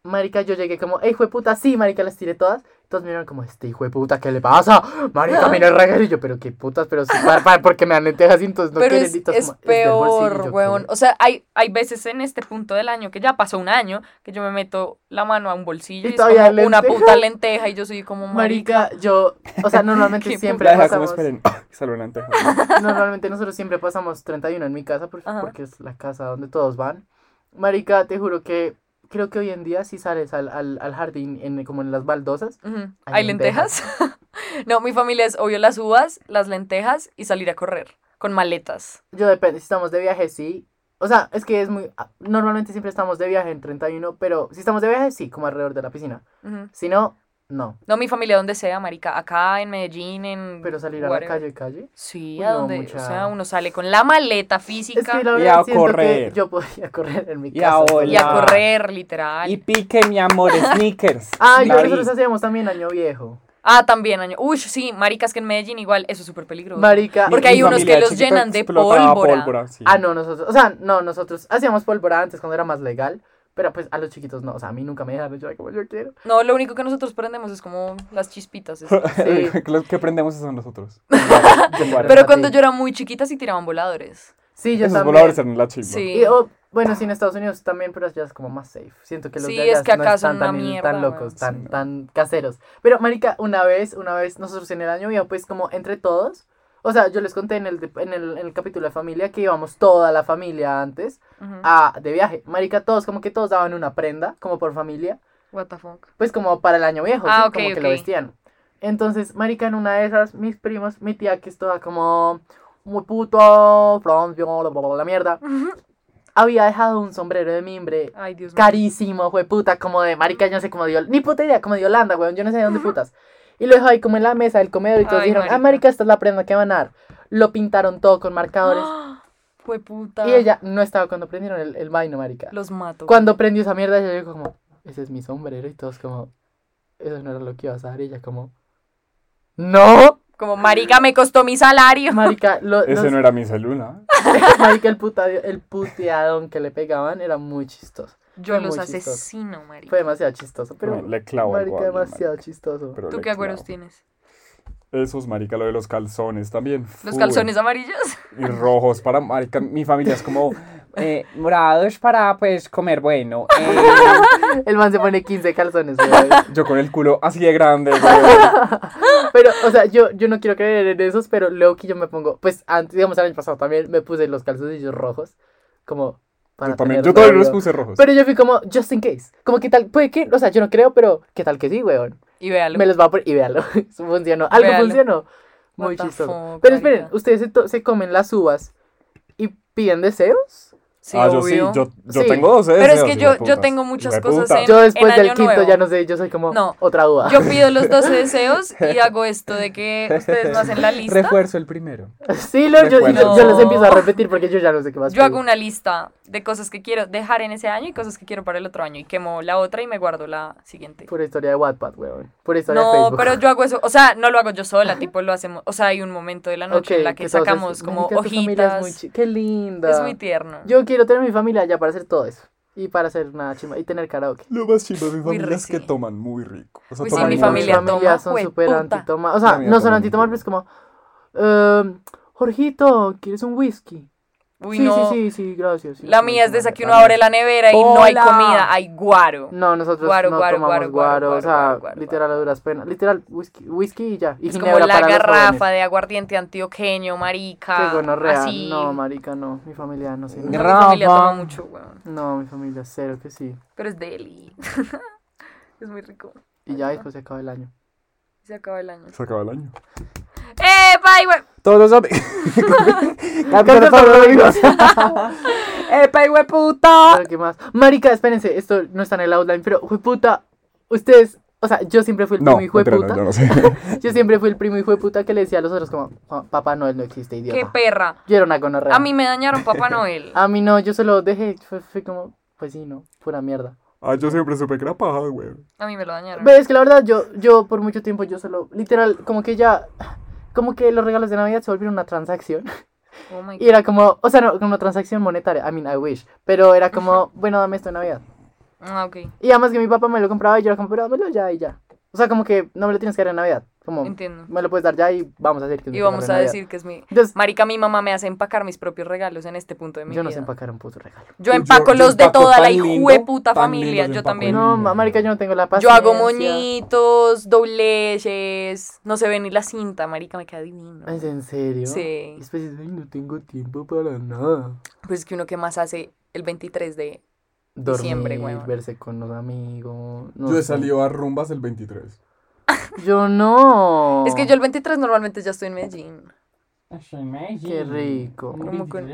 [SPEAKER 1] Marica, yo llegué como, hey, hijo de puta, sí, Marica, las tiré todas. Todos me miraron como, este hijo de puta, ¿qué le pasa? Marica, mira el regalo. Y yo, pero qué putas, pero sí, para, para, porque me dan lentejas y entonces no
[SPEAKER 3] Pero
[SPEAKER 1] quieren.
[SPEAKER 3] es,
[SPEAKER 1] y todos
[SPEAKER 3] es
[SPEAKER 1] como, del bolsillo". Y
[SPEAKER 3] peor,
[SPEAKER 1] yo,
[SPEAKER 3] huevón.
[SPEAKER 1] "¿Qué?".
[SPEAKER 3] O sea, hay, hay veces en este punto del año, que ya pasó un año, que yo me meto la mano a un bolsillo
[SPEAKER 1] Y
[SPEAKER 3] y, es
[SPEAKER 1] todavía
[SPEAKER 3] como una
[SPEAKER 1] lenteja.
[SPEAKER 3] puta lenteja y yo soy como oh, marica.
[SPEAKER 1] Marica, yo, o
[SPEAKER 3] (laughs)
[SPEAKER 1] sea, normalmente
[SPEAKER 3] Qué
[SPEAKER 1] siempre
[SPEAKER 2] La deja como
[SPEAKER 1] pasamos,
[SPEAKER 2] esperen. (laughs) Salvo el anteojo.
[SPEAKER 1] normalmente nosotros siempre pasamos 31 en mi casa por-
[SPEAKER 3] Ajá.
[SPEAKER 1] porque es la casa donde todos van. Marica, te juro que creo que hoy en día si sales al, al, al jardín en, como en las baldosas,
[SPEAKER 3] Ujú.
[SPEAKER 1] Hay
[SPEAKER 3] ¿Hay lentejas? (laughs) no, mi familia es obvio las uvas, las lentejas y salir a correr con maletas.
[SPEAKER 1] yo depende, si estamos de viaje, sí. O sea, es que es muy, ah, normalmente siempre estamos de viaje en 31, pero si estamos de viaje, sí, como alrededor de la piscina.
[SPEAKER 3] Ujú.
[SPEAKER 1] Si no, no.
[SPEAKER 3] No, mi familia donde sea, marica, acá en Medellín, en...
[SPEAKER 1] Pero salir a
[SPEAKER 3] whatever.
[SPEAKER 1] la calle, calle.
[SPEAKER 3] Sí,
[SPEAKER 1] Uy,
[SPEAKER 3] a
[SPEAKER 1] no,
[SPEAKER 3] donde,
[SPEAKER 1] mucha-
[SPEAKER 3] o sea, uno sale con la maleta física
[SPEAKER 1] Es que la
[SPEAKER 2] Y
[SPEAKER 1] verdad
[SPEAKER 2] a
[SPEAKER 1] siento que
[SPEAKER 2] correr.
[SPEAKER 1] yo podría (laughs) correr en mi
[SPEAKER 2] Y a
[SPEAKER 1] casa.
[SPEAKER 2] volar.
[SPEAKER 3] y a
[SPEAKER 2] la-
[SPEAKER 3] correr, literal.
[SPEAKER 2] Y pique, mi
[SPEAKER 3] (laughs)
[SPEAKER 2] amor, sneakers.
[SPEAKER 1] Ah, y
[SPEAKER 2] La vi.
[SPEAKER 1] nosotros hacíamos también año viejo.
[SPEAKER 3] Ah, también, año. Uy, sí, maricas que en Medellín igual, eso es súper peligroso.
[SPEAKER 1] Marica.
[SPEAKER 3] Porque
[SPEAKER 2] Mi-
[SPEAKER 3] hay
[SPEAKER 2] mi
[SPEAKER 3] unos que
[SPEAKER 2] familia
[SPEAKER 3] los
[SPEAKER 2] chiquita
[SPEAKER 3] llenan de
[SPEAKER 2] explotaba
[SPEAKER 3] pólvora.
[SPEAKER 2] sí.
[SPEAKER 1] Ah,
[SPEAKER 2] (laughs)
[SPEAKER 1] no, nosotros. O sea, no, nosotros hacíamos pólvora antes cuando era más legal. Pero pues a los chiquitos no. O sea, a mí nunca me dejaron llorar como yo
[SPEAKER 2] (laughs)
[SPEAKER 1] quiero.
[SPEAKER 3] No, lo único que nosotros prendemos es como las
[SPEAKER 1] (laughs)
[SPEAKER 3] chispitas. esas.
[SPEAKER 2] (laughs)
[SPEAKER 1] Sí.
[SPEAKER 2] Los que prendemos son
[SPEAKER 3] (laughs)
[SPEAKER 2] nosotros.
[SPEAKER 1] Pero
[SPEAKER 3] Pero
[SPEAKER 1] sí.
[SPEAKER 3] cuando yo era muy chiquita sí tiraban voladores.
[SPEAKER 1] Sí, yo
[SPEAKER 2] Esos
[SPEAKER 1] también.
[SPEAKER 2] voladores eran la chimba.
[SPEAKER 3] Sí.
[SPEAKER 1] Y, oh, bueno, sí, en Estados Unidos también, pero ya es como más safe. Siento que los
[SPEAKER 3] Sí,
[SPEAKER 1] de allá
[SPEAKER 3] es que
[SPEAKER 1] no
[SPEAKER 3] acá
[SPEAKER 1] están
[SPEAKER 3] son
[SPEAKER 1] tan,
[SPEAKER 3] una
[SPEAKER 1] in-
[SPEAKER 3] mierda,
[SPEAKER 1] tan locos,
[SPEAKER 3] weón,
[SPEAKER 1] tan,
[SPEAKER 2] sí.
[SPEAKER 1] tan caseros. Pero, marica, una vez, una vez, nosotros en el año viejo, pues como entre todos, o sea, yo les conté en el, de- en el, en el capítulo de familia que íbamos toda la familia antes
[SPEAKER 3] Ujú.
[SPEAKER 1] a, de viaje. Marica, todos, como que todos daban una prenda, como por familia,
[SPEAKER 3] What the fuck.
[SPEAKER 1] pues como para el año viejo,
[SPEAKER 3] Ah,
[SPEAKER 1] ¿sí?
[SPEAKER 3] ok,
[SPEAKER 1] como que lo
[SPEAKER 3] ok.
[SPEAKER 1] vestían. Entonces, marica, en una de esas, mis primos, mi tía que es toda como muy puto, France, bla, bla, bla, la mierda, había dejado un sombrero de mimbre
[SPEAKER 3] Ay, Dios mío.
[SPEAKER 1] carísimo, fue puta, como de marica, yo no sé cómo dio, ni puta idea, como de Holanda, weón, yo no sé de dónde putas. Y lo dejó ahí como en la mesa del comedor y todos
[SPEAKER 3] Ay,
[SPEAKER 1] dijeron, ah,
[SPEAKER 3] marica.
[SPEAKER 1] marica, esta es la prenda que van a dar. Lo pintaron todo con
[SPEAKER 3] (gasps)
[SPEAKER 1] marcadores
[SPEAKER 3] Fue puta.
[SPEAKER 1] y ella no estaba cuando prendieron el, el vaino, marica.
[SPEAKER 3] Los mato.
[SPEAKER 1] Cuando prendió esa mierda, ella dijo como, ese es mi sombrero y todos como, eso no era lo que ibas a dar. Y ella como, no,
[SPEAKER 3] Como, marica, me costó
[SPEAKER 1] (laughs)
[SPEAKER 3] mi salario.
[SPEAKER 1] marica, lo-
[SPEAKER 2] Ese
[SPEAKER 1] los- (laughs)
[SPEAKER 2] no era mi celular.
[SPEAKER 1] marica, el, puta, el puteadón que le pegaban era muy chistoso.
[SPEAKER 3] Yo
[SPEAKER 1] Fue
[SPEAKER 3] los
[SPEAKER 1] muy chistoso.
[SPEAKER 3] asesino,
[SPEAKER 1] Fue
[SPEAKER 3] marica.
[SPEAKER 1] demasiado chistoso, pero...
[SPEAKER 2] Bueno, le clavo
[SPEAKER 1] Marica,
[SPEAKER 2] algo a alguien,
[SPEAKER 1] demasiado chistoso.
[SPEAKER 2] pero
[SPEAKER 3] ¿Tú
[SPEAKER 2] le
[SPEAKER 3] qué agüeros
[SPEAKER 2] clavo.
[SPEAKER 3] tienes?
[SPEAKER 2] Esos, marica, lo de los calzones también.
[SPEAKER 3] ¿Los
[SPEAKER 2] Full.
[SPEAKER 3] calzones amarillos?
[SPEAKER 2] Y rojos para, marica, mi familia es como... eh, morados para, pues, comer bueno. eh,
[SPEAKER 1] El man se pone 15 calzones, güey.
[SPEAKER 2] yo con el culo así de grande,
[SPEAKER 3] Ah,
[SPEAKER 2] güey.
[SPEAKER 1] Pero, o sea, yo, yo no quiero creer en esos, pero luego que yo me pongo, pues antes, digamos, el año pasado también me puse los calzoncillos rojos, como para
[SPEAKER 2] Yo también,
[SPEAKER 1] tener
[SPEAKER 2] yo todavía
[SPEAKER 1] novio.
[SPEAKER 2] los puse rojos.
[SPEAKER 1] Pero yo fui como, just in case. Como que tal, puede que, o sea, yo no creo, pero qué tal que sí, weón.
[SPEAKER 3] Y véalo.
[SPEAKER 1] Me los va a poner y véalo. (laughs) Eso Funcionó. Algo
[SPEAKER 3] Véalo.
[SPEAKER 1] funcionó.
[SPEAKER 3] What
[SPEAKER 1] Muy
[SPEAKER 3] the
[SPEAKER 1] chistoso.
[SPEAKER 3] fuck,
[SPEAKER 1] Pero esperen,
[SPEAKER 3] marica.
[SPEAKER 1] ¿ustedes se, to- se comen las uvas y piden deseos?
[SPEAKER 3] Sí,
[SPEAKER 2] ah, yo sí,
[SPEAKER 3] obvio.
[SPEAKER 2] yo, yo
[SPEAKER 1] Sí.
[SPEAKER 2] tengo dos ¿eh?
[SPEAKER 3] Pero es
[SPEAKER 2] deseos,
[SPEAKER 3] que yo- yo
[SPEAKER 2] hijueputas.
[SPEAKER 3] tengo muchas
[SPEAKER 2] Hijueputa.
[SPEAKER 3] cosas en-
[SPEAKER 1] Yo después del
[SPEAKER 3] Año
[SPEAKER 1] quinto
[SPEAKER 3] Nuevo.
[SPEAKER 1] ya no sé, yo soy como
[SPEAKER 3] No.
[SPEAKER 1] otra uva.
[SPEAKER 3] Yo pido los 12 deseos
[SPEAKER 2] (laughs)
[SPEAKER 3] y hago esto de que ustedes no hacen la lista.
[SPEAKER 2] Refuerzo el primero.
[SPEAKER 1] (laughs) Sí, lo, yo,
[SPEAKER 2] Recuerdo.
[SPEAKER 1] yo- yo los
[SPEAKER 3] No.
[SPEAKER 1] empiezo a repetir porque yo ya no sé qué más.
[SPEAKER 3] Yo hago
[SPEAKER 1] pedir.
[SPEAKER 3] una lista de cosas que quiero dejar en ese año y cosas que quiero para el otro año. Y quemo la otra y me guardo la siguiente.
[SPEAKER 1] Pura historia de Wattpad, weón. Pura historia de
[SPEAKER 3] No,
[SPEAKER 1] Facebook.
[SPEAKER 3] pero yo hago eso. O sea, no lo hago yo sola, tipo lo hacemos. O sea, hay un momento de la noche
[SPEAKER 1] Ok,
[SPEAKER 3] en la que,
[SPEAKER 1] todos
[SPEAKER 3] sacamos
[SPEAKER 1] es-
[SPEAKER 3] como
[SPEAKER 1] Marica, tu familia
[SPEAKER 3] hojitas.
[SPEAKER 1] Es muy
[SPEAKER 3] Es
[SPEAKER 1] chi- Qué linda.
[SPEAKER 3] muy, tierno.
[SPEAKER 1] Yo quiero tener mi familia ya para hacer todo eso. Y para hacer una chimba. Y tener karaoke.
[SPEAKER 2] Lo más chido de mi
[SPEAKER 3] Uy,
[SPEAKER 2] familia
[SPEAKER 3] re
[SPEAKER 2] es que
[SPEAKER 3] sí.
[SPEAKER 2] toman muy rico. O sea,
[SPEAKER 3] Uy, sí,
[SPEAKER 2] toman
[SPEAKER 3] mi
[SPEAKER 2] muy
[SPEAKER 3] familia
[SPEAKER 2] rico.
[SPEAKER 3] toma,
[SPEAKER 1] son
[SPEAKER 3] jue
[SPEAKER 1] súper
[SPEAKER 3] puta.
[SPEAKER 1] antitoma. O sea,
[SPEAKER 2] La mía
[SPEAKER 1] no son
[SPEAKER 2] toma
[SPEAKER 1] antitomar,
[SPEAKER 2] mucho.
[SPEAKER 1] pero es como. ehm, Jorgito, ¿quieres un whisky?
[SPEAKER 3] Uy,
[SPEAKER 1] sí,
[SPEAKER 3] no.
[SPEAKER 1] sí, sí, sí, gracias. sí,
[SPEAKER 3] La
[SPEAKER 1] no,
[SPEAKER 3] mía es de esa
[SPEAKER 1] madre.
[SPEAKER 3] que uno abre la nevera y no hay
[SPEAKER 2] ¡Hola!
[SPEAKER 3] comida, hay guaro.
[SPEAKER 1] No, nosotros
[SPEAKER 3] Guaro,
[SPEAKER 1] no
[SPEAKER 3] guaro,
[SPEAKER 1] tomamos
[SPEAKER 3] guaro,
[SPEAKER 1] guaro,
[SPEAKER 3] guaro,
[SPEAKER 1] o sea,
[SPEAKER 3] guaro, guaro,
[SPEAKER 1] literal a duras penas. Literal, whisky, whisky y ya. Y
[SPEAKER 3] Es como
[SPEAKER 1] ginebra
[SPEAKER 3] la
[SPEAKER 1] para los jóvenes.
[SPEAKER 3] garrafa de aguardiente antioqueño, marica.
[SPEAKER 1] Qué gonorrea.
[SPEAKER 3] Así.
[SPEAKER 1] No, marica, no. Mi familia no sé.
[SPEAKER 3] No,
[SPEAKER 1] No,
[SPEAKER 3] mi familia
[SPEAKER 2] Garrafa.
[SPEAKER 3] toma mucho, weón.
[SPEAKER 1] No, mi familia cero que sí.
[SPEAKER 3] Pero es deli. (laughs) es muy rico.
[SPEAKER 1] Y ya después se acaba el año.
[SPEAKER 3] Se acaba el año.
[SPEAKER 2] Se acaba el año.
[SPEAKER 3] ¡Eh, bye, weón!
[SPEAKER 2] Todos los (laughs) amigos. Ah,
[SPEAKER 1] Canta todos los amigos.
[SPEAKER 2] ¡Epa, hijo de puta!
[SPEAKER 1] Pero, ¿qué más? Marica, espérense, esto no está en el outline, pero jueputa, ustedes, o sea, yo siempre fui el
[SPEAKER 2] No,
[SPEAKER 1] primo hijo de puta.
[SPEAKER 2] mentira, no, yo no sé.
[SPEAKER 1] Yo siempre fui el primo hijo de puta que le decía a los otros como, "Pa- Papá Noel no existe,
[SPEAKER 3] ¡Qué
[SPEAKER 1] idiota.
[SPEAKER 3] perra!
[SPEAKER 1] Yo era una gonorrea.
[SPEAKER 3] A mí me dañaron Papá Noel.
[SPEAKER 1] A mí no, yo se lo dejé, fue, fue como, pues sí, no, pura mierda.
[SPEAKER 2] (laughs) Ah, yo siempre supe que era paja, güey.
[SPEAKER 3] A mí me lo dañaron.
[SPEAKER 1] Pero es que la verdad, yo, yo por mucho tiempo, yo solo, literal, como que ya, como que los regalos de Navidad se volvieron una transacción.
[SPEAKER 3] Oh my
[SPEAKER 1] Y era como, o sea, no, como una transacción monetaria, I mean, I wish, pero era como, bueno, dame esto en Navidad.
[SPEAKER 3] Ah, ok.
[SPEAKER 1] Y además que mi papá me lo compraba y yo era como, pero dámelo ya y ya. O sea, como que no me lo tienes que dar en Navidad. Como,
[SPEAKER 3] Entiendo.
[SPEAKER 1] me lo puedes dar ya y vamos a decir que es mi
[SPEAKER 3] Y vamos
[SPEAKER 1] regalo
[SPEAKER 3] a
[SPEAKER 1] de Navidad.
[SPEAKER 3] decir que es mi.
[SPEAKER 1] Entonces,
[SPEAKER 3] Marica, mi mamá me hace empacar mis propios regalos en este punto de mi
[SPEAKER 1] yo no
[SPEAKER 3] vida.
[SPEAKER 1] sé empacar un puto regalo.
[SPEAKER 2] Yo-
[SPEAKER 3] Yo empaco
[SPEAKER 2] yo
[SPEAKER 3] los de
[SPEAKER 2] empaco
[SPEAKER 3] toda la
[SPEAKER 2] tan lindo,
[SPEAKER 3] hijueputa
[SPEAKER 2] tan
[SPEAKER 3] familia.
[SPEAKER 2] lindo
[SPEAKER 3] Yo
[SPEAKER 2] yo empaco.
[SPEAKER 3] también.
[SPEAKER 1] No, ma- marica, yo no tengo la
[SPEAKER 3] Yo
[SPEAKER 1] paciencia.
[SPEAKER 3] hago moñitos, dobleces. No se ve ni la cinta, marica, me queda divino.
[SPEAKER 1] Ay, Ah, ¿En serio?
[SPEAKER 3] Sí.
[SPEAKER 1] Y después dices, "Ay, no tengo tiempo para nada.
[SPEAKER 3] Pues es que uno que más hace el 23 de.
[SPEAKER 1] Dormir,
[SPEAKER 3] Diciembre, huevón.
[SPEAKER 1] verse con los amigos. no
[SPEAKER 2] Yo he
[SPEAKER 1] sé.
[SPEAKER 2] salido a rumbas el 23.
[SPEAKER 1] Yo no. (laughs)
[SPEAKER 3] Es que yo el 23 normalmente ya estoy en Medellín.
[SPEAKER 1] Qué rico.
[SPEAKER 3] Como con-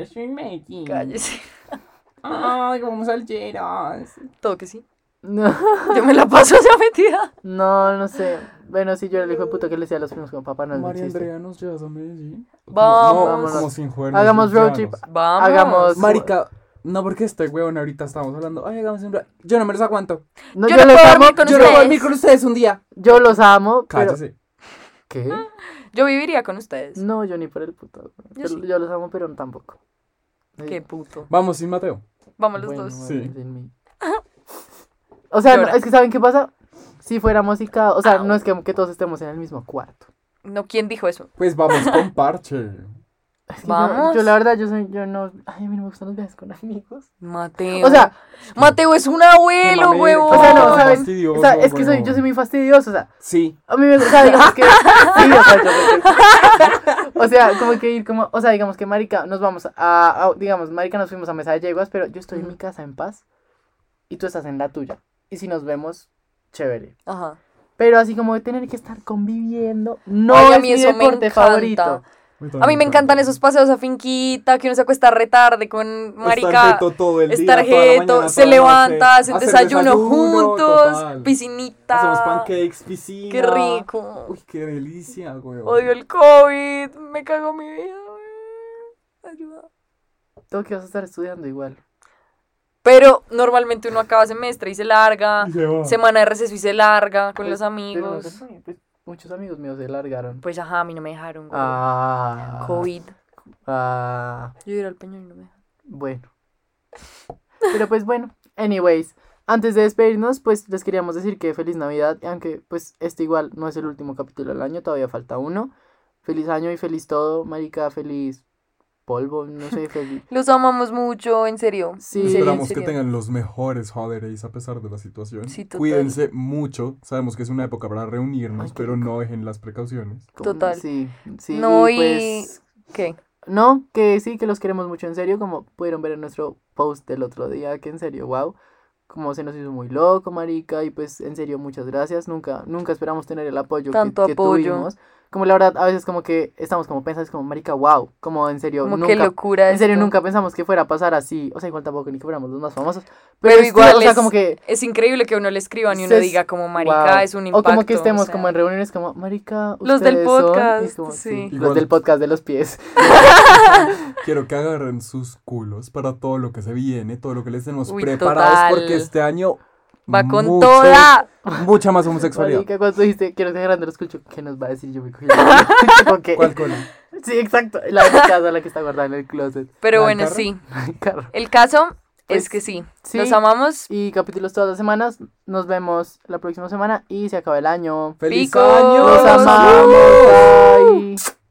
[SPEAKER 3] Cállese. (laughs)
[SPEAKER 2] Ay, vamos al Geras.
[SPEAKER 3] Todo que sí.
[SPEAKER 1] No,
[SPEAKER 3] Yo me la paso allá metida.
[SPEAKER 1] no, no sé. Bueno, sí, yo era el hijo de puta que le decía a los primos como papá no
[SPEAKER 2] María
[SPEAKER 1] existe.
[SPEAKER 2] Andrea, ¿nos llevas a Medellín?
[SPEAKER 3] Vamos.
[SPEAKER 2] No, como
[SPEAKER 1] Vámonos.
[SPEAKER 2] sin juegos.
[SPEAKER 1] Hagamos road trip.
[SPEAKER 3] Vamos.
[SPEAKER 1] Hagamos-
[SPEAKER 2] Marica, no porque estoy huevón, ahorita estamos hablando. Ay, hagamos un road Yo no me los aguanto.
[SPEAKER 1] No,
[SPEAKER 3] Yo
[SPEAKER 1] yo,
[SPEAKER 3] no
[SPEAKER 1] los
[SPEAKER 3] puedo
[SPEAKER 1] amo.
[SPEAKER 3] dormir con
[SPEAKER 2] Yo no voy a
[SPEAKER 3] ustedes.
[SPEAKER 2] dormir con ustedes un día.
[SPEAKER 1] Yo los amo, pero.
[SPEAKER 2] Cállese.
[SPEAKER 1] ¿Qué?
[SPEAKER 3] Yo viviría con ustedes.
[SPEAKER 1] No, yo ni por el puto.
[SPEAKER 3] Ah, Yo
[SPEAKER 1] Yo,
[SPEAKER 3] sí.
[SPEAKER 1] yo los amo, pero tampoco.
[SPEAKER 3] Qué puto.
[SPEAKER 2] Vamos sin Mateo.
[SPEAKER 3] Vamos los
[SPEAKER 1] Bueno,
[SPEAKER 3] dos.
[SPEAKER 1] bueno,
[SPEAKER 2] Sí.
[SPEAKER 1] sin mí. O sea, no,
[SPEAKER 3] Llora.
[SPEAKER 1] es que ¿saben qué pasa? Si fuéramos y cada... O sea,
[SPEAKER 3] Au.
[SPEAKER 1] no es que, que todos estemos en el mismo cuarto.
[SPEAKER 3] No, ¿quién dijo eso?
[SPEAKER 2] Pues vamos
[SPEAKER 1] (laughs)
[SPEAKER 2] con parche.
[SPEAKER 1] Es que yo-
[SPEAKER 3] Vamos.
[SPEAKER 1] Yo, la verdad, yo soy, yo no... Ay, a mí no me gustan los viajes con amigos.
[SPEAKER 3] Mateo.
[SPEAKER 1] O sea,
[SPEAKER 3] Mateo es un abuelo,
[SPEAKER 2] Qué mamera,
[SPEAKER 3] huevo.
[SPEAKER 1] o sea, no,
[SPEAKER 2] Oh,
[SPEAKER 1] ¿saben?
[SPEAKER 2] fastidioso,
[SPEAKER 1] O sea, es que soy,
[SPEAKER 2] weón.
[SPEAKER 1] yo soy muy fastidioso, o sea...
[SPEAKER 2] Sí.
[SPEAKER 1] A mí me gusta, digamos que... Sí, o sea, yo- (laughs) O sea, como que ir como... O sea, digamos que, marica, nos vamos a... a- digamos, marica, nos fuimos a Mesa de Yeguas, pero yo estoy en mi casa en paz y tú estás en la tuya. Y si nos vemos, chévere.
[SPEAKER 3] Ajá.
[SPEAKER 1] Pero así como de tener que estar conviviendo, no
[SPEAKER 3] Ay, a
[SPEAKER 1] es
[SPEAKER 3] mí
[SPEAKER 1] mi
[SPEAKER 3] eso me
[SPEAKER 1] deporte
[SPEAKER 3] encanta.
[SPEAKER 1] favorito.
[SPEAKER 3] A mí me encantan esos paseos a finquita, que uno se acuesta retarde con marica.
[SPEAKER 2] Estar jeto todo el día,
[SPEAKER 3] Estar
[SPEAKER 2] toda la
[SPEAKER 3] jeto,
[SPEAKER 2] mañana,
[SPEAKER 3] se
[SPEAKER 2] toda la
[SPEAKER 3] levanta,
[SPEAKER 2] noche.
[SPEAKER 3] hacen
[SPEAKER 2] Hacer
[SPEAKER 3] desayuno, juntos,
[SPEAKER 2] total.
[SPEAKER 3] piscinita.
[SPEAKER 2] Hacemos pancakes, piscina.
[SPEAKER 3] Qué rico.
[SPEAKER 2] Uy, qué delicia, güey.
[SPEAKER 3] Odio el COVID, me cago en mi vida. güey. Ayuda.
[SPEAKER 1] Tengo que vas a estar estudiando igual.
[SPEAKER 3] Pero normalmente uno acaba semestre y se larga,
[SPEAKER 2] Y se va.
[SPEAKER 3] semana de receso y se larga con los
[SPEAKER 1] Pero no
[SPEAKER 3] amigos.
[SPEAKER 1] sé, pues, muchos amigos míos se largaron.
[SPEAKER 3] Pues ajá, a mí no me dejaron. güey.
[SPEAKER 1] Ah,
[SPEAKER 3] COVID.
[SPEAKER 1] ah,
[SPEAKER 3] Yo iba al peñón y no me dejaron.
[SPEAKER 1] bueno. Pero pues bueno, anyways. Antes de despedirnos, pues les queríamos decir que feliz Navidad, aunque pues este igual no es el último capítulo del año, todavía falta uno. Feliz año y feliz todo, marica, feliz polvo, no sé, feliz...
[SPEAKER 3] Los amamos mucho, en serio.
[SPEAKER 1] Sí.
[SPEAKER 3] en serio, en
[SPEAKER 2] Esperamos que
[SPEAKER 3] serio.
[SPEAKER 2] tengan los mejores holidays a pesar de la situación.
[SPEAKER 3] Sí, total.
[SPEAKER 2] Cuídense mucho. Sabemos que es una época para reunirnos,
[SPEAKER 1] Ay, qué
[SPEAKER 2] pero no dejen las precauciones.
[SPEAKER 1] como-
[SPEAKER 3] Total.
[SPEAKER 1] Sí, sí,
[SPEAKER 3] No,
[SPEAKER 1] y
[SPEAKER 3] y-
[SPEAKER 1] pues...
[SPEAKER 3] ¿Qué?
[SPEAKER 1] No, que sí, que los queremos mucho, en serio, como pudieron ver en nuestro post del otro día, que en serio, wow, como se nos hizo muy loco, marica, y pues en serio, muchas gracias, nunca, nunca esperamos tener el apoyo que-
[SPEAKER 3] Tanto
[SPEAKER 1] que,
[SPEAKER 3] apoyo.
[SPEAKER 1] tuvimos, como la verdad, a veces como que estamos como pensando, es como, marica, wow, como en serio,
[SPEAKER 3] Como qué
[SPEAKER 1] nunca,
[SPEAKER 3] locura
[SPEAKER 1] en serio,
[SPEAKER 3] esto.
[SPEAKER 1] nunca pensamos que fuera a pasar así, o sea, igual tampoco ni que fuéramos los más famosos, pero,
[SPEAKER 3] Pero
[SPEAKER 1] es-
[SPEAKER 3] igual
[SPEAKER 1] o sea,
[SPEAKER 3] es
[SPEAKER 1] como que...
[SPEAKER 3] Es increíble que uno le escriban y uno
[SPEAKER 1] Es-
[SPEAKER 3] diga como marica,
[SPEAKER 1] wow.
[SPEAKER 3] es un impacto.
[SPEAKER 1] O como que estemos
[SPEAKER 3] o sea.
[SPEAKER 1] como en reuniones como, marica,
[SPEAKER 3] Los del
[SPEAKER 1] ustedes son", y es
[SPEAKER 3] podcast,
[SPEAKER 1] como,
[SPEAKER 3] sí.
[SPEAKER 1] Los
[SPEAKER 2] Igual-
[SPEAKER 1] del podcast de los pies.
[SPEAKER 2] Quiero que agarren sus culos para todo lo que se viene, todo lo que les tenemos
[SPEAKER 3] Uy,
[SPEAKER 2] preparados,
[SPEAKER 3] total.
[SPEAKER 2] porque este año
[SPEAKER 3] Va con
[SPEAKER 2] mucho-
[SPEAKER 3] toda.
[SPEAKER 2] Mucha más homosexualidad.
[SPEAKER 1] Marica, cuando dijiste, quiero que grande los cuchos, ¿qué nos va a decir? Yo me cogí
[SPEAKER 2] (laughs)
[SPEAKER 1] la ¿Con qué?
[SPEAKER 2] ¿Cuál cola?
[SPEAKER 1] Sí, exacto. La otra casa, la que está guardada en el closet. (laughs)
[SPEAKER 3] Pero
[SPEAKER 2] ¿La
[SPEAKER 3] bueno,
[SPEAKER 2] encargo?
[SPEAKER 3] sí.
[SPEAKER 1] Carro.
[SPEAKER 3] El caso es
[SPEAKER 1] Pues,
[SPEAKER 3] que sí.
[SPEAKER 1] sí.
[SPEAKER 3] Los amamos.
[SPEAKER 1] Y capítulos todas las semanas. Nos vemos la próxima semana y se acaba el año.
[SPEAKER 2] ¡Feliz
[SPEAKER 3] Pico.
[SPEAKER 2] año!
[SPEAKER 1] Los amamos. Bye.